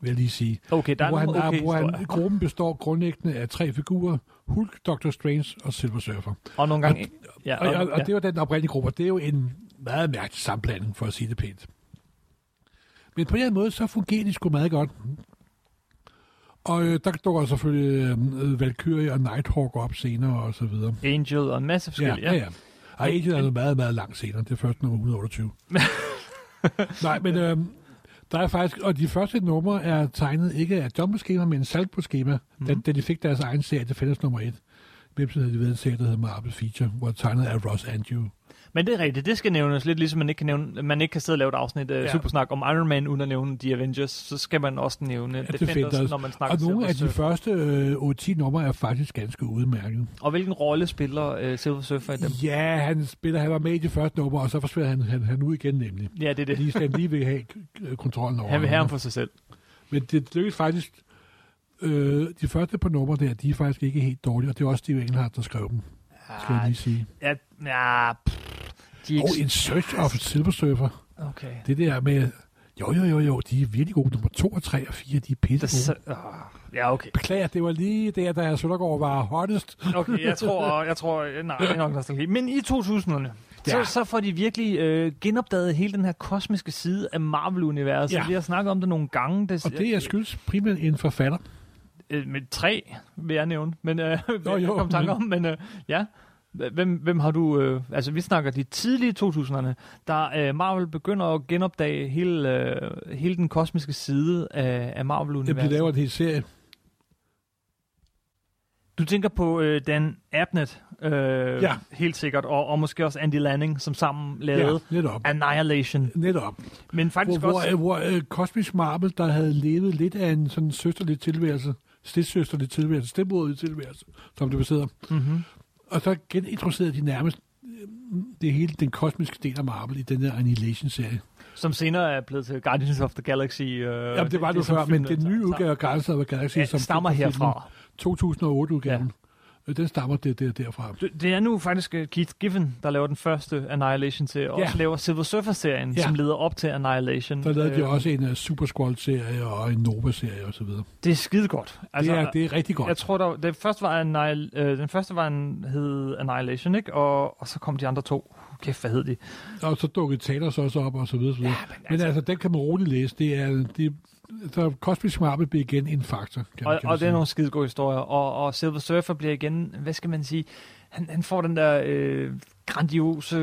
B: vil jeg lige sige.
A: Okay, der er
B: hvor han,
A: nogle okay
B: hvor han,
A: historier.
B: gruppen består grundlæggende af tre figurer, Hulk, Doctor Strange og Silver Surfer.
A: Og nogle gange... Ja,
B: Og, og,
A: ja.
B: og det var den oprindelige gruppe, og det er jo en meget mærkelig sammenblanding, for at sige det pænt. Men på en eller anden måde, så fungerer de sgu meget godt. Og øh, der dukker selvfølgelig øh, Valkyrie og Nighthawk op senere, og så videre.
A: Angel og en masse
B: Ja,
A: forskellige.
B: ja, ja. Og Agent er noget meget, meget langt senere. Det er først nummer 128. Nej, men øh, der er faktisk... Og de første numre er tegnet ikke af John på skema, men Salt på skema, mm. da, da, de fik deres egen serie, det fælles nummer 1. Hvem havde de ved en serie, der hedder Marvel Feature, hvor tegnet af Ross Andrew.
A: Men det er rigtigt, det skal nævnes lidt, ligesom man ikke kan, nævne, man ikke kan sidde og lave et afsnit af
B: Ja.
A: ja. Supersnak om Iron Man, uden at nævne The Avengers, så skal man også nævne ja, Defenders,
B: Defenders.
A: Defenders, når man snakker
B: Og nogle af
A: Silver
B: de
A: Surfer.
B: første øh, 8-10 numre er faktisk ganske udmærket.
A: Og hvilken rolle spiller uh, Silver Surfer i dem?
B: Ja, han spiller, han var med i det første nummer, og så forsvinder han, han, han ud igen nemlig.
A: Ja, det er det.
B: Lige skal han lige vil have øh, kontrollen over
A: Han vil have
B: ham.
A: ham for sig selv.
B: Men det lykkedes faktisk... Øh, de første par numre der, de er faktisk ikke helt dårlige, og det er også Steve Englehart, der skrev dem, skal jeg
A: Ah,
B: lige sige.
A: Ja, ja pff, de er
B: Og
A: ikke...
B: en Search of a Silver Surfer.
A: Okay.
B: Det der med, jo jo jo jo, de er virkelig gode. Nummer 2 og 3 og 4, de er
A: Det,
B: pisse
A: så,
B: gode.
A: oh, ja, okay.
B: Beklager, det var lige der, da Søndergaard var hottest.
A: Okay, jeg tror, jeg tror, nej, det er nok nostalgi. Men i 2000'erne,
B: Ja.
A: så, så får de virkelig øh, genopdaget hele den her kosmiske side af Marvel-universet.
B: Ja.
A: Vi har snakket om det nogle gange.
B: Og det er skyldes primært en forfatter.
A: øh, med tre, vil jeg nævne. Men øh,
B: Nå,
A: jo, jeg
B: jo,
A: kom i tanke
B: men-
A: om, men øh, ja. Hvem, hvem har du... Øh, altså, vi snakker de tidlige 2000'erne, da øh, Marvel begynder at genopdage hele, øh, hele den kosmiske side af, af
B: Jamen, de
A: Marvel-universet.
B: laver en hel serie.
A: Du tænker på øh, Dan Abnett, øh,
B: Ja.
A: ja. helt sikkert, og, og måske også Andy Lanning, som sammen lavede ja.
B: Ja, netop.
A: Annihilation.
B: Netop.
A: Men
B: Hvor,
A: faktisk hvor,
B: hvor,
A: også...
B: øh, hvor øh, Cosmic Marvel, der havde levet lidt af en sådan søsterlig tilværelse, stedsøsterlig tilværelse, stedmoderlig tilværelse, som det besidder.
A: Mm-hmm.
B: Og så genintroducerede de nærmest øh, det hele den kosmiske del af Marvel i den der Annihilation-serie.
A: Som senere er blevet til Guardians of the Galaxy. Øh,
B: Jamen, det var det, det
A: som
B: før, men
A: filmen
B: den nye
A: tager-
B: udgave af Guardians of the Galaxy,
A: Ja,
B: som
A: stammer
B: filmen-
A: herfra.
B: 2008-udgaven, ja. den stammer det, det, derfra.
A: Det det er nu faktisk øh, Keith Giffen, der laver den første Annihilation til, og
B: Ja.
A: ja. også laver Silver Surfer-serien,
B: Ja.
A: ja. som leder op til Annihilation.
B: Mm. Der lavede de
A: Øh,
B: også en uh, Super Squall-serie og en Nova-serie osv.
A: Det er skide godt.
B: Altså, det, er, det er rigtig godt.
A: Jeg tror, der, det første var Annihil- øh, den første var en, hed Annihilation, ikke? Og, og så kom de andre to. Kæft, hvad hed de?
B: Og så dukkede Thanos også op, og så videre, så videre. Ja, men, altså, men altså, den kan man roligt læse. Det er, det, så kosmisk Marvel bliver igen en faktor, kan,
A: Og,
B: kan man
A: og det
B: sige.
A: er nogle skide gode historier. Og, og Silver Surfer bliver igen, hvad skal man sige, han, han får den der øh, grandiose...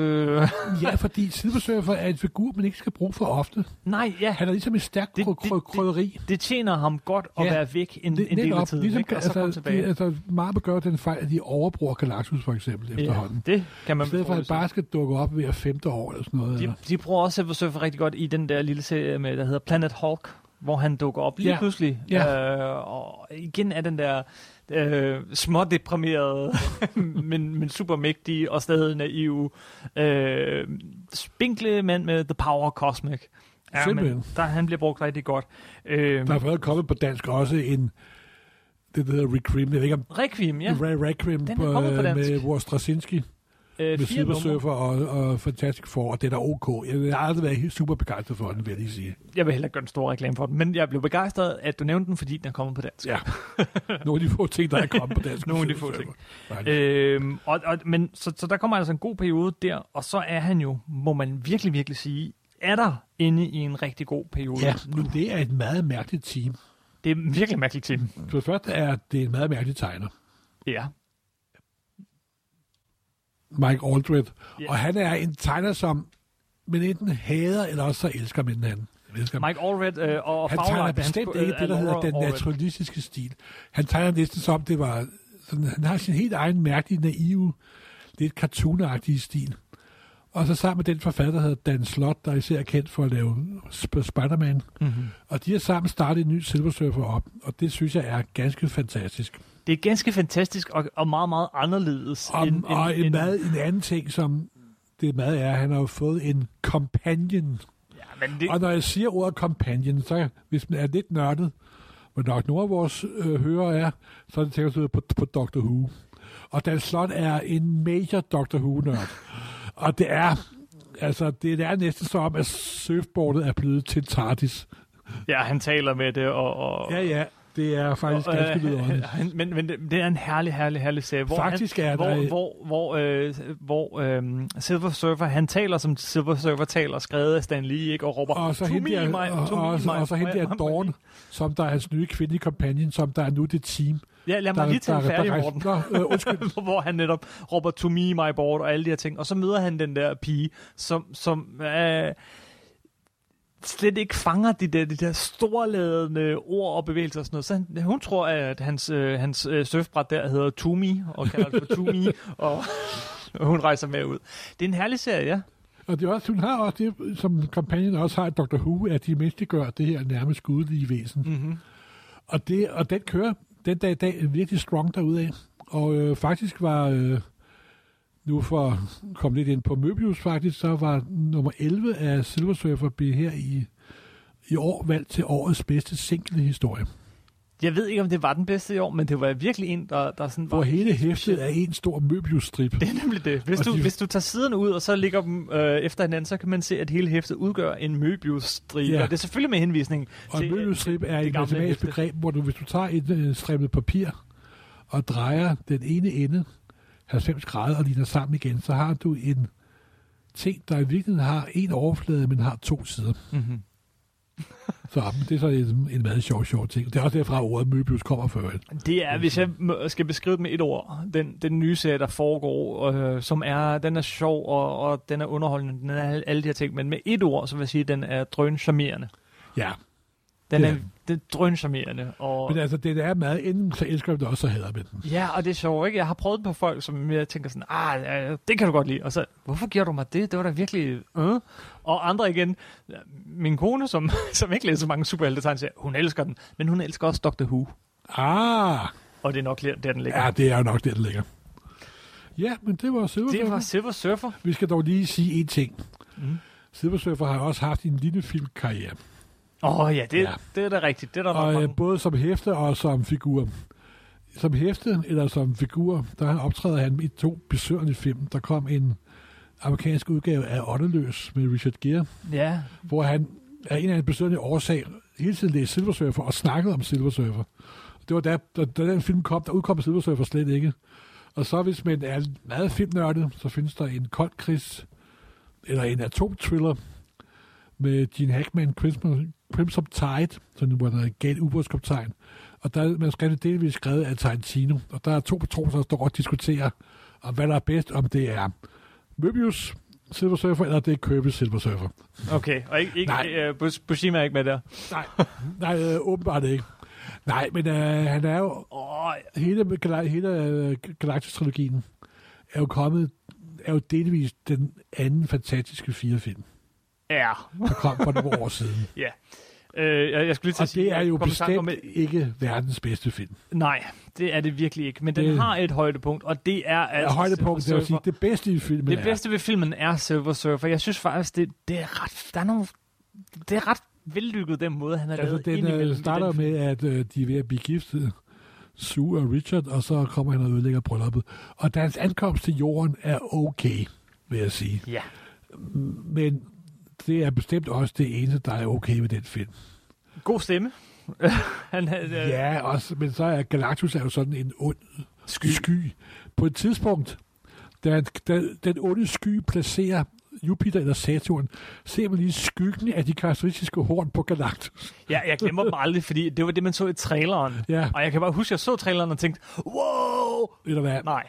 B: Ja, fordi Silver Surfer er en figur, man ikke skal bruge for ofte.
A: Nej, ja,
B: Han er ligesom et stærkt
A: Det-
B: krø-
A: det-
B: krø- krydderi.
A: det tjener ham godt at
B: Ja.
A: ja. være væk en,
B: Det,
A: en del af
B: netop,
A: tiden,
B: ligesom,
A: ikke? Og så komme
B: altså,
A: tilbage.
B: de, altså, Marvel gør den fejl, at de overbruger Galactus for eksempel efterhånden.
A: Ja, det kan man
B: I stedet
A: betragte
B: for, at han
A: sig.
B: bare skal dukke op hver femte år eller sådan noget.
A: De,
B: eller-
A: de bruger også Silver Surfer rigtig godt i den der lille serie, med, der hedder Planet Hulk, hvor han dukker op lige
B: Ja.
A: ja. pludselig.
B: Ja.
A: Øh, og igen er den der øh, smådeprimerede, men, men super mægtige og stadig naive, øh, spinkle mand med The Power Cosmic.
B: Simpelthen.
A: der, han bliver brugt rigtig godt. Øh,
B: Der er faktisk kommet på dansk også en, det der hedder Requiem, jeg ved ikke om
A: Requiem, ja.
B: ja. Requiem
A: Den er kommet på
B: øh,
A: dansk.
B: med Ward Straczynski.
A: Øh,
B: med
A: fire numre.
B: Cybersurfer og, og Fantastic Four, og det er da OK. Jeg har aldrig været helt super begejstret for den, vil jeg lige sige.
A: Jeg vil heller ikke gøre en stor reklame for den, men jeg blev begejstret, at du nævnte den, fordi den er kommet på dansk.
B: Ja. Nogle af de få ting, der er kommet på dansk.
A: Nogle af de få ting.
B: Nej.
A: Øhm, og, og, men, så, så der kommer altså en god periode der, og så er han jo, må man virkelig, virkelig sige, er der inde i en rigtig god periode
B: Ja,
A: nu.
B: nu det er et meget mærkeligt team.
A: Det er en virkelig mærkeligt til.
B: For det første er det en meget mærkelig tegner,
A: Ja.
B: Mike Aldred.
A: Ja.
B: Og han er en tegner, som men enten hader, eller også så elsker man han. Jeg elsker ham.
A: Mike Allred øh, og
B: han
A: Fowler,
B: tegner
A: hans-
B: bestemt
A: øh,
B: ikke det, der hedder
A: Laura
B: den
A: Allred.
B: naturalistiske stil. Han tegner næsten som det var... Sådan, han har sin helt egen mærkelige, naive, lidt cartoonagtige stil. Og så sammen med den forfatter, der hedder Dan Slott, der især er kendt for at lave Sp- Spider-Man.
A: Mhm.
B: Og de har sammen startet en ny Silver Surfer op, og det synes jeg er ganske fantastisk.
A: Det er ganske fantastisk og, og meget, meget anderledes.
B: Og, en, og en, en, meget, en anden ting, som det meget er, at han har jo fået en companion
A: Ja, men det,
B: Og når jeg siger ordet companion, så hvis man er lidt nørdet, men nok nogle af vores øh, hører er, så er det sikkert på, på Doctor Who. Og Dan Slot er en major Doctor Who-nørd. og det er, altså, det er næsten som om, at surfboardet er blevet til TARDIS.
A: Ja, han taler med det, og... og
B: Ja, ja, det er faktisk
A: og, øh,
B: ganske vidunderligt.
A: han, men, men det, det er en herlig, herlig, herlig serie. Hvor
B: Faktisk
A: han,
B: er der-
A: hvor, hvor, hvor, øh, hvor øh, Silver Surfer, han taler som Silver Surfer taler, skrevet af Stan Lee, ikke? og råber,
B: Og så
A: to
B: hende
A: me,
B: der,
A: my,
B: og,
A: to
B: og,
A: me,
B: og,
A: my,
B: og så hende der
A: my-
B: Dawn, som der er hans nye kvindelige companion, som der er nu det team.
A: Ja, lad mig
B: der,
A: lige tage
B: der-
A: færdig,
B: der-
A: Morten.
B: Nå, øh, undskyld.
A: hvor han netop råber to me, my board og alle de her ting. Og så møder han den der pige, som, som øh, slet ikke fanger de der, de der storladende ord og bevægelser og sådan noget. Så han, hun tror, at hans, øh, hans øh, surfbræt der hedder Tumi, og kalder det for Tumi, og og hun rejser med ud. Det er en herlig serie, ja.
B: Og det er også, hun har også det, som kampagnen også har i Dr. Who, at de menneskeliggør det her nærmest gudelige væsen.
A: Mm-hmm.
B: Og, det, og den kører den dag i dag virkelig strong derude af. Og øh, faktisk var, øh, nu for at komme lidt ind på Möbius faktisk, så var nummer 11 af Silver Surfer blev her i, i år valgt til årets bedste single historie.
A: Jeg ved ikke, om det var den bedste i år, men det var virkelig en, der, der sådan var...
B: Hvor hele hæftet er en stor Möbius-strip.
A: Det er nemlig det. Hvis
B: Og
A: du,
B: de-
A: hvis du tager siderne ud, og så ligger dem øh, efter hinanden, så kan man se, at hele hæftet udgør en Möbius-stribe.
B: Ja.
A: Og Det er selvfølgelig med henvisning
B: Og en
A: til...
B: møbelstrip er et
A: gamle
B: matematisk
A: hæfte.
B: begreb, hvor du, hvis du tager et øh, strippet papir og drejer den ene ende 90 grader og ligner sammen igen, så har du en ting, der i virkeligheden har en overflade, men har to sider.
A: Mm-hmm.
B: Så men det er så en, en meget sjov, sjov ting. Det er også derfra, ordet Möbius kommer før.
A: Det er, hvis jeg må- skal beskrive det med et ord, den, den nye serie, der foregår, øh, som er, den er sjov, og, og den er underholdende, den er alle de her ting, men med et ord, så vil jeg sige, at den er drøncharmerende.
B: Ja,
A: Den
B: Det
A: er,
B: er
A: er, den er drøncharmerende, og...
B: men altså, det er meget, enten så elsker jeg det også, så hader jeg den.
A: Ja, og det er sjovt, ikke? Jeg har prøvet det på folk, som jeg tænker sådan, ah, ja, det kan du godt lide. Og så, hvorfor gjorde du mig det? Det var da virkelig... Øh. Og andre igen, ja, min kone, som, som ikke læser så mange superhelte siger, hun elsker den, men hun elsker også Doctor Who.
B: Ah,
A: Og det er nok der, der den ligger.
B: ja, det er jo nok det, der ligger. Ja, men det var Silver
A: det var Silver Surfer.
B: Vi skal dog lige sige en ting.
A: Mm.
B: Mm. Silver Surfer har også haft en lille filmkarriere.
A: Åh oh, ja, det, ja,
B: Ja.
A: det er da rigtigt. Det er der nok
B: Og øh,
A: mange.
B: både som hæfte og som figur. Som hæfte eller som figur, der han optræder han i to besøgende film. Der kom en amerikansk udgave af Åndeløs med Richard Gere,
A: Ja,
B: hvor han af en af en besøgende årsag hele tiden læste Silver Surfer og snakkede om Silver Surfer. Det var da, da, da den film kom, der udkom Silver Surfer slet ikke. Og så hvis man er meget filmnørdet, så findes der en kold kris, eller en atomthriller med Gene Hackman, Crimson, Crimson Tide, som nu var der en gal ubådskaptajn. Og der man skrev det delvis skrevet af Tarantino, og der er to patroner, der står og diskuterer, om hvad der er bedst, om det er Möbius Silver Surfer, eller det er Kirby Silver Surfer.
A: okay. Og ikke,
B: Nej.
A: ikke, uh, Bushima er ikke med der.
B: Nej, nej øh, åbenbart ikke. Nej, men øh, han er jo... Åh, hele gala- hele øh, Galactus-trilogien er jo kommet er jo delvis den anden fantastiske fire film,
A: Ja.
B: der kom for nogle år siden.
A: Øh, jeg, jeg skulle lige til at
B: Og
A: sige,
B: det er
A: jeg
B: jo
A: kom i tanke om
B: bestemt ikke verdens bedste film.
A: Nej, det er det virkelig ikke. Men den
B: Det-
A: har et højdepunkt, og det er altså
B: Altså, højdepunkt, det
A: Silver
B: vil sige,
A: Surfer.
B: det bedste i filmen
A: det bedste ved filmen er Silver Surfer. Jeg synes faktisk, det, det er ret... Der er nogle, det er ret vellykket, den måde, han har
B: er, altså,
A: lavet
B: den
A: indimellem
B: øh,
A: i
B: starter
A: den-
B: med, at øh, de er ved at blive gift, øh, Sue og Richard, og så kommer han og ødelægger brylluppet. Og deres ankomst til jorden er okay, vil jeg sige.
A: Ja,
B: Men det er bestemt også det eneste, der er okay med den film.
A: god stemme. han havde, øh,
B: Ja, også, men så er Galactus er jo sådan en ond sky. sky. På et tidspunkt, da, da den onde sky placerer Jupiter eller Saturn, ser man lige skyggen af de karakteristiske horn på Galactus.
A: ja, jeg glemmer dem aldrig, fordi det var det, man så i traileren.
B: Ja,
A: Og jeg kan bare huske, at jeg så traileren og tænkte, wow!
B: ved du hvad?
A: Nej,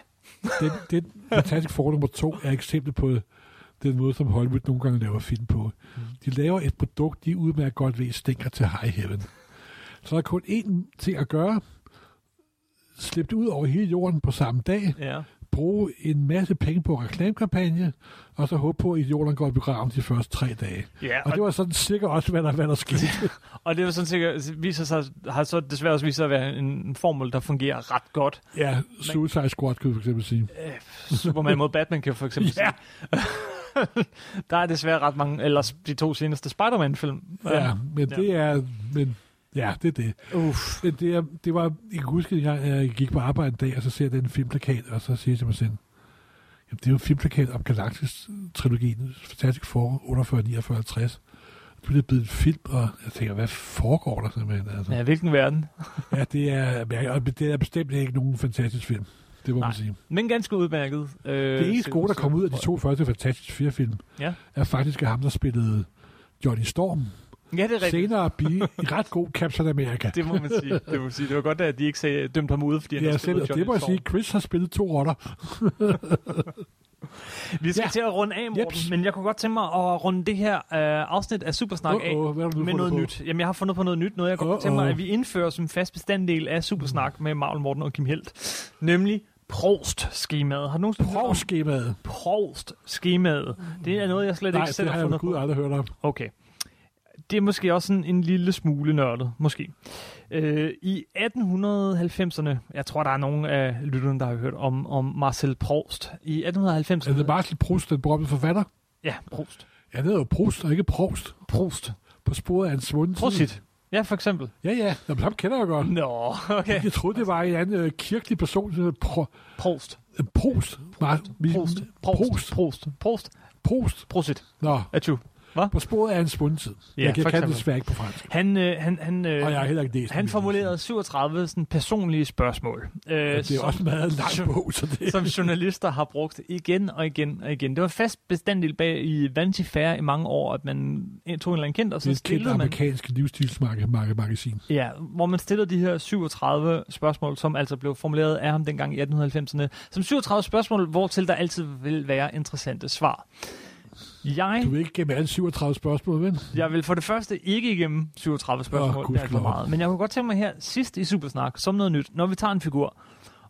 B: Den, den fantastisk for nummer to er et eksempel på den måde, som Hollywood nogle gange laver film på. De laver et produkt, de udmærket godt ved, stinker til high heaven. Så er der kun én ting at gøre. Slip det ud over hele jorden på samme dag.
A: ja.
B: Bruge en masse penge på en reklamekampagne. Og så håbe på, at idioterne går i begravelsen de første tre dage.
A: ja
B: Og det var sådan cirka også, hvad der, hvad der skete.
A: Og det var sådan sikkert, viser sig, har så desværre også vist sig at være en, en formel, der fungerer ret godt.
B: Ja, Suicide Squad kan vi for eksempel sige.
A: Øh, Superman mod Batman kan jeg for eksempel
B: Ja.
A: sige. der er desværre ret mange, eller de to seneste Spider-Man-film.
B: Ja, men
A: Ja.
B: det er... Men Ja, det er det.
A: Uff.
B: Det, det, er, det var, jeg kan huske, at jeg, jeg gik på arbejde en dag, og så ser jeg den filmplakat, og så siger jeg til mig selv, jamen det er jo en filmplakat om Galactus-trilogien, Fantastic Four, 48, 49, 50. Så blev det blevet en film, og jeg tænker, hvad foregår der simpelthen? Altså, ja.
A: Ja, hvilken verden.
B: ja, det er, mærkeligt, og det er bestemt ikke nogen fantastisk film. Det må
A: Nej.
B: man sige.
A: Men ganske udmærket. Øh,
B: Det eneste gode, der kom ud af de to første Fantastisk 4-film,
A: Ja.
B: er faktisk ham, der spillede Johnny Storm.
A: Ja, det er rigtigt.
B: Senere blive en ret god Captain America.
A: Det må man sige. Det, må man sige. det var godt, at de ikke sagde, dømte ham ude, fordi han
B: Ja,
A: har
B: selv,
A: spillet
B: og
A: Johnny
B: det må jeg sige,
A: Storm.
B: Chris har spillet to rotter.
A: Vi skal ja.
B: Ja.
A: til at runde af, Morten,
B: Jeps.
A: men jeg kunne godt tænke mig at runde det her øh, afsnit af Supersnak af
B: Åh, åh, hvad har du nu
A: med noget
B: fundet på?
A: nyt. Jamen, jeg har fundet på noget nyt, noget jeg godt kunne
B: Åh,
A: tænke mig,
B: åh.
A: at vi indfører som fast bestanddel af Supersnak med Marvel Morten og Kim Helt. Nemlig Prost-skemaet. Har du nogensinde hørt om
B: Hårskemaet.
A: Prost-skemaet? Det er noget, jeg slet
B: Mm. Nej,
A: ikke selv
B: det har
A: har
B: jeg
A: fundet
B: ved
A: på.
B: Gud aldrig hørt om.
A: Okay. Det er måske også sådan en lille smule nørdet, måske. Øh, I 1890'erne, jeg tror, der er nogen af lytterne, der har hørt om, om Marcel Proust. I 1890'erne...
B: Er Altså, det Marcel Proust, den berømte forfatter?
A: Ja, Proust.
B: Ja, det er jo Proust, og ikke Proust.
A: Proust.
B: På sporet af en svunden tid.
A: Prosit. Ja, for eksempel.
B: Ja, ja. Jamen, ham kender jeg godt.
A: Nå, okay.
B: Jeg troede, det var en anden øh, kirkelig person. som hed Pro,
A: Prost.
B: øh, Proust. Mar- vi-
A: Prost. Prost.
B: Proust.
A: Prost. Prost.
B: Prost.
A: Prosit.
B: Nå,
A: Atju.
B: på sporet af en svunden tid.
A: Ja,
B: Ja,
A: for
B: jeg kan det
A: eksempel.
B: desværre ikke på fransk.
A: Han, øh, han, han, øh,
B: Og jeg har heller ikke læst
A: han
B: den.
A: formulerede 37 sådan, personlige spørgsmål. Øh,
B: Ja, Det er
A: som-
B: også en meget lang bog, så det
A: som journalister har brugt igen og igen og igen. Det var fast bestanddel bag i Vanity Fair i mange år, at man tog en eller anden kendt, og
B: det
A: så
B: er et kendt
A: stillede man,
B: amerikansk livsstilsmagasin.
A: ja, hvor man stillede de her 37 spørgsmål, som altså blev formuleret af ham dengang i 1890'erne, som 37 spørgsmål, hvortil der altid vil være interessante svar.
B: Du
A: Jeg,
B: vil ikke gemme alle 37 spørgsmål, vel?
A: jeg vil for det første ikke igennem 37 spørgsmål,
B: Åh,
A: oh, det er alt for
B: gudskelov.
A: meget, men jeg kunne godt tænke mig her sidst i Supersnak, som noget nyt, når vi tager en figur,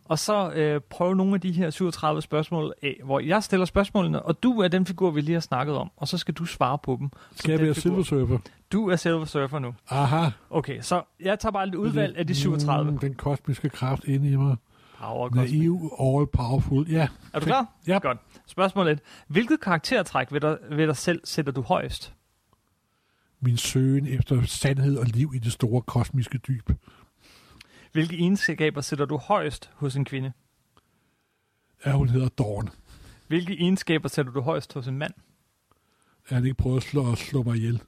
A: og så øh, prøve nogle af de her 37 spørgsmål af, hvor jeg stiller spørgsmålene, og du er den figur, vi lige har snakket om, og så skal du svare på dem.
B: Skal jeg
A: den
B: være
A: figur.
B: silversurfer?
A: Du er Silver Surfer nu.
B: Aha.
A: Okay, så jeg tager bare lidt udvalg af de 37.
B: Mm, den kosmiske kraft inde i mig.
A: Power Cosmic.
B: Naiv, all powerful. Ja,
A: Er du klar?
B: Ja.
A: Godt. Spørgsmål 1. Hvilket karaktertræk ved dig, ved dig selv sætter du højest?
B: min søgen efter sandhed og liv i det store kosmiske dyb.
A: Hvilke egenskaber sætter du højest hos en kvinde?
B: Ja, hun hedder Dawn.
A: Hvilke egenskaber sætter du højst hos en mand?
B: Er han ikke prøvet at slå, slå mig ihjel?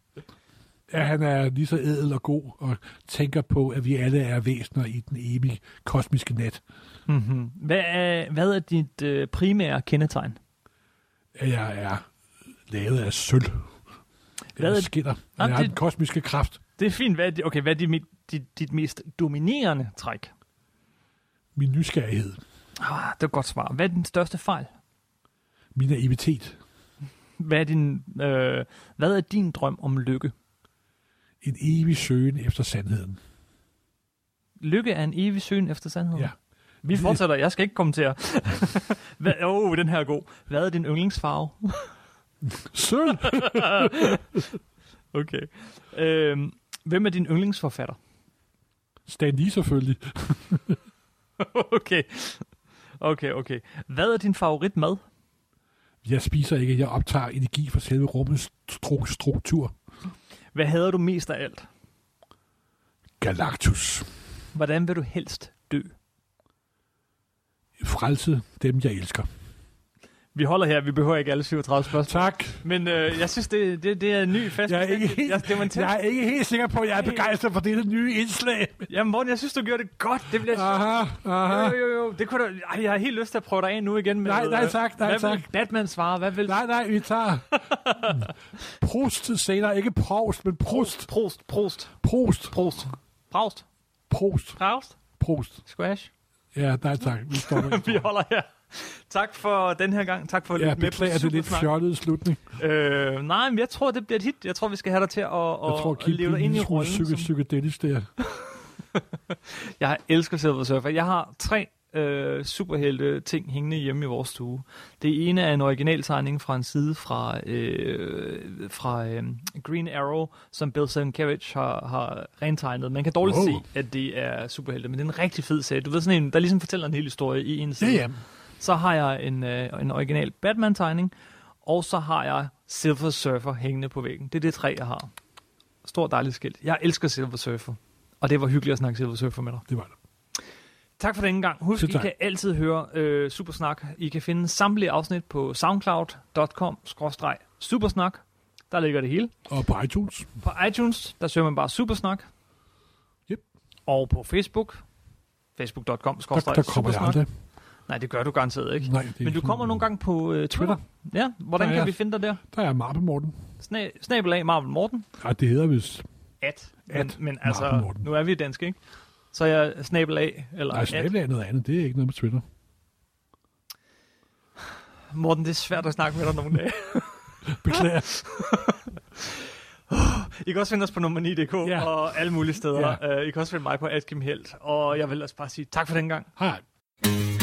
B: Ja, han er lige så edel og god og tænker på, at vi alle er væsener i den evige kosmiske nat.
A: Mm-hmm. Hvad, er, hvad er dit øh, primære kendetegn?
B: At jeg er lavet af sølv.
A: Hvad
B: Hvad
A: er-
B: er skinner.
A: Jamen,
B: Jeg har
A: det-
B: den kosmiske kraft.
A: Det er fint. Hvad er, dit- okay, hvad er dit, dit, dit mest dominerende træk?
B: Min nysgerrighed.
A: Ah, det er et godt svar. Hvad er din største fejl?
B: Min naivitet.
A: Hvad er din, øh, hvad er din drøm om lykke?
B: En evig søgen efter sandheden.
A: Lykke er en evig søgen efter sandheden.
B: Ja.
A: Vi fortsætter. Jeg skal ikke kommentere. Hvad, oh, den her er god. Hvad er din yndlingsfarve?
B: Sølv!
A: Okay. Øhm, hvem er din yndlingsforfatter?
B: Stan Lee selvfølgelig.
A: okay. Okay, okay. Hvad er din favoritmad?
B: Jeg spiser ikke, jeg optager energi fra selve rummets stru- struktur.
A: Hvad hader du mest af alt?
B: Galactus.
A: Hvordan vil du helst dø?
B: Frelse dem, jeg elsker.
A: Vi holder her. Vi behøver ikke alle 37 spørgsmål.
B: Tak.
A: Men øh, jeg synes, det, det, det er en ny fast.
B: Jeg er, ikke helt,
A: jeg, det var en test.
B: jeg
A: Jeg...
B: er ikke helt sikker på, at jeg er begejstret for dette nye indslag.
A: Jamen, Morten, jeg synes, du gjorde det godt. Det bliver
B: Aha,
A: Jo,
B: aha.
A: jo, jo. Det kunne du... Ej, jeg har helt lyst til at prøve dig af nu igen. Med,
B: Nej, nej
A: øh,
B: tak, nej
A: hvad
B: tak.
A: vil Batman svare? Hvad vil...
B: Nej, nej, vi tager Prost senere. Ikke Prost, men Prost.
A: Prost, prost,
B: Prost,
A: prost. Prost,
B: Prost,
A: prost,
B: Prost.
A: squash.
B: Ja, nej tak. Vi stopper.
A: Vi holder her. Tak for den her gang. Tak for at
B: Ja,
A: lytte med på
B: beklager det lidt
A: Supersnak.
B: fjollede slutning.
A: Øh, nej, men jeg tror, det bliver et hit. Jeg tror, vi skal have dig til at, at,
B: Jeg tror,
A: tror,
B: Kim
A: at leve
B: bliver
A: dig
B: en
A: ind i
B: lille smule
A: rollen.
B: psyke,
A: som...
B: psykedelisk der.
A: Jeg elsker Silver Surfer. Jeg har tre øh, superhelte ting hængende hjemme i vores stue. Det ene er en original tegning fra en side fra, øh, fra øh, Green Arrow, som Bill Sienkiewicz har, har rentegnet. Man kan dårligt
B: Wow.
A: se, at det er superhelte, men det er en rigtig fed serie. Du ved sådan en, der ligesom fortæller en hel historie i en
B: Ja,
A: side.
B: ja.
A: Så har jeg en, øh, en original Batman-tegning, og så har jeg Silver Surfer hængende på væggen. Det er det tre, jeg har. Stor dejligt skilt. Jeg elsker Silver Surfer. Og det var hyggeligt at snakke Silver Surfer med dig.
B: Det var det.
A: Tak for denne gang. Husk,
B: Selv
A: I
B: tak.
A: kan altid høre øh, Supersnak. I kan finde samtlige afsnit på soundcloud.com-supersnak. Der ligger det hele.
B: Og på iTunes.
A: På iTunes, der søger man bare Supersnak.
B: Yep.
A: Og på Facebook,
B: Der, der kommer jeg
A: facebook.com-supersnak.
B: aldrig.
A: Nej, det gør du garanteret ikke.
B: Nej, det er
A: Men du
B: sådan-
A: kommer nogle gange på øh, Twitter. Ja, hvordan
B: Der er
A: kan
B: jeg.
A: vi finde dig der?
B: Der er Marble Morten.
A: Sna- snabel af Marvel Morten.
B: Ej, det hedder vist.
A: At. Men,
B: At
A: men altså,
B: Marvel Morten.
A: nu er vi dansk, ikke? Så er jeg snabel af, eller
B: Nej,
A: at.
B: snabel er noget andet. Det er ikke noget med Twitter.
A: Morten, det er svært at snakke med dig nogle dage.
B: Beklager.
A: I kan også finde os på nummer 9.dk
B: Ja.
A: og Øh, alle mulige steder. Ja. Uh, I kan også finde mig på Adkim Helt. Og jeg vil også bare sige tak for den gang.
B: Hej.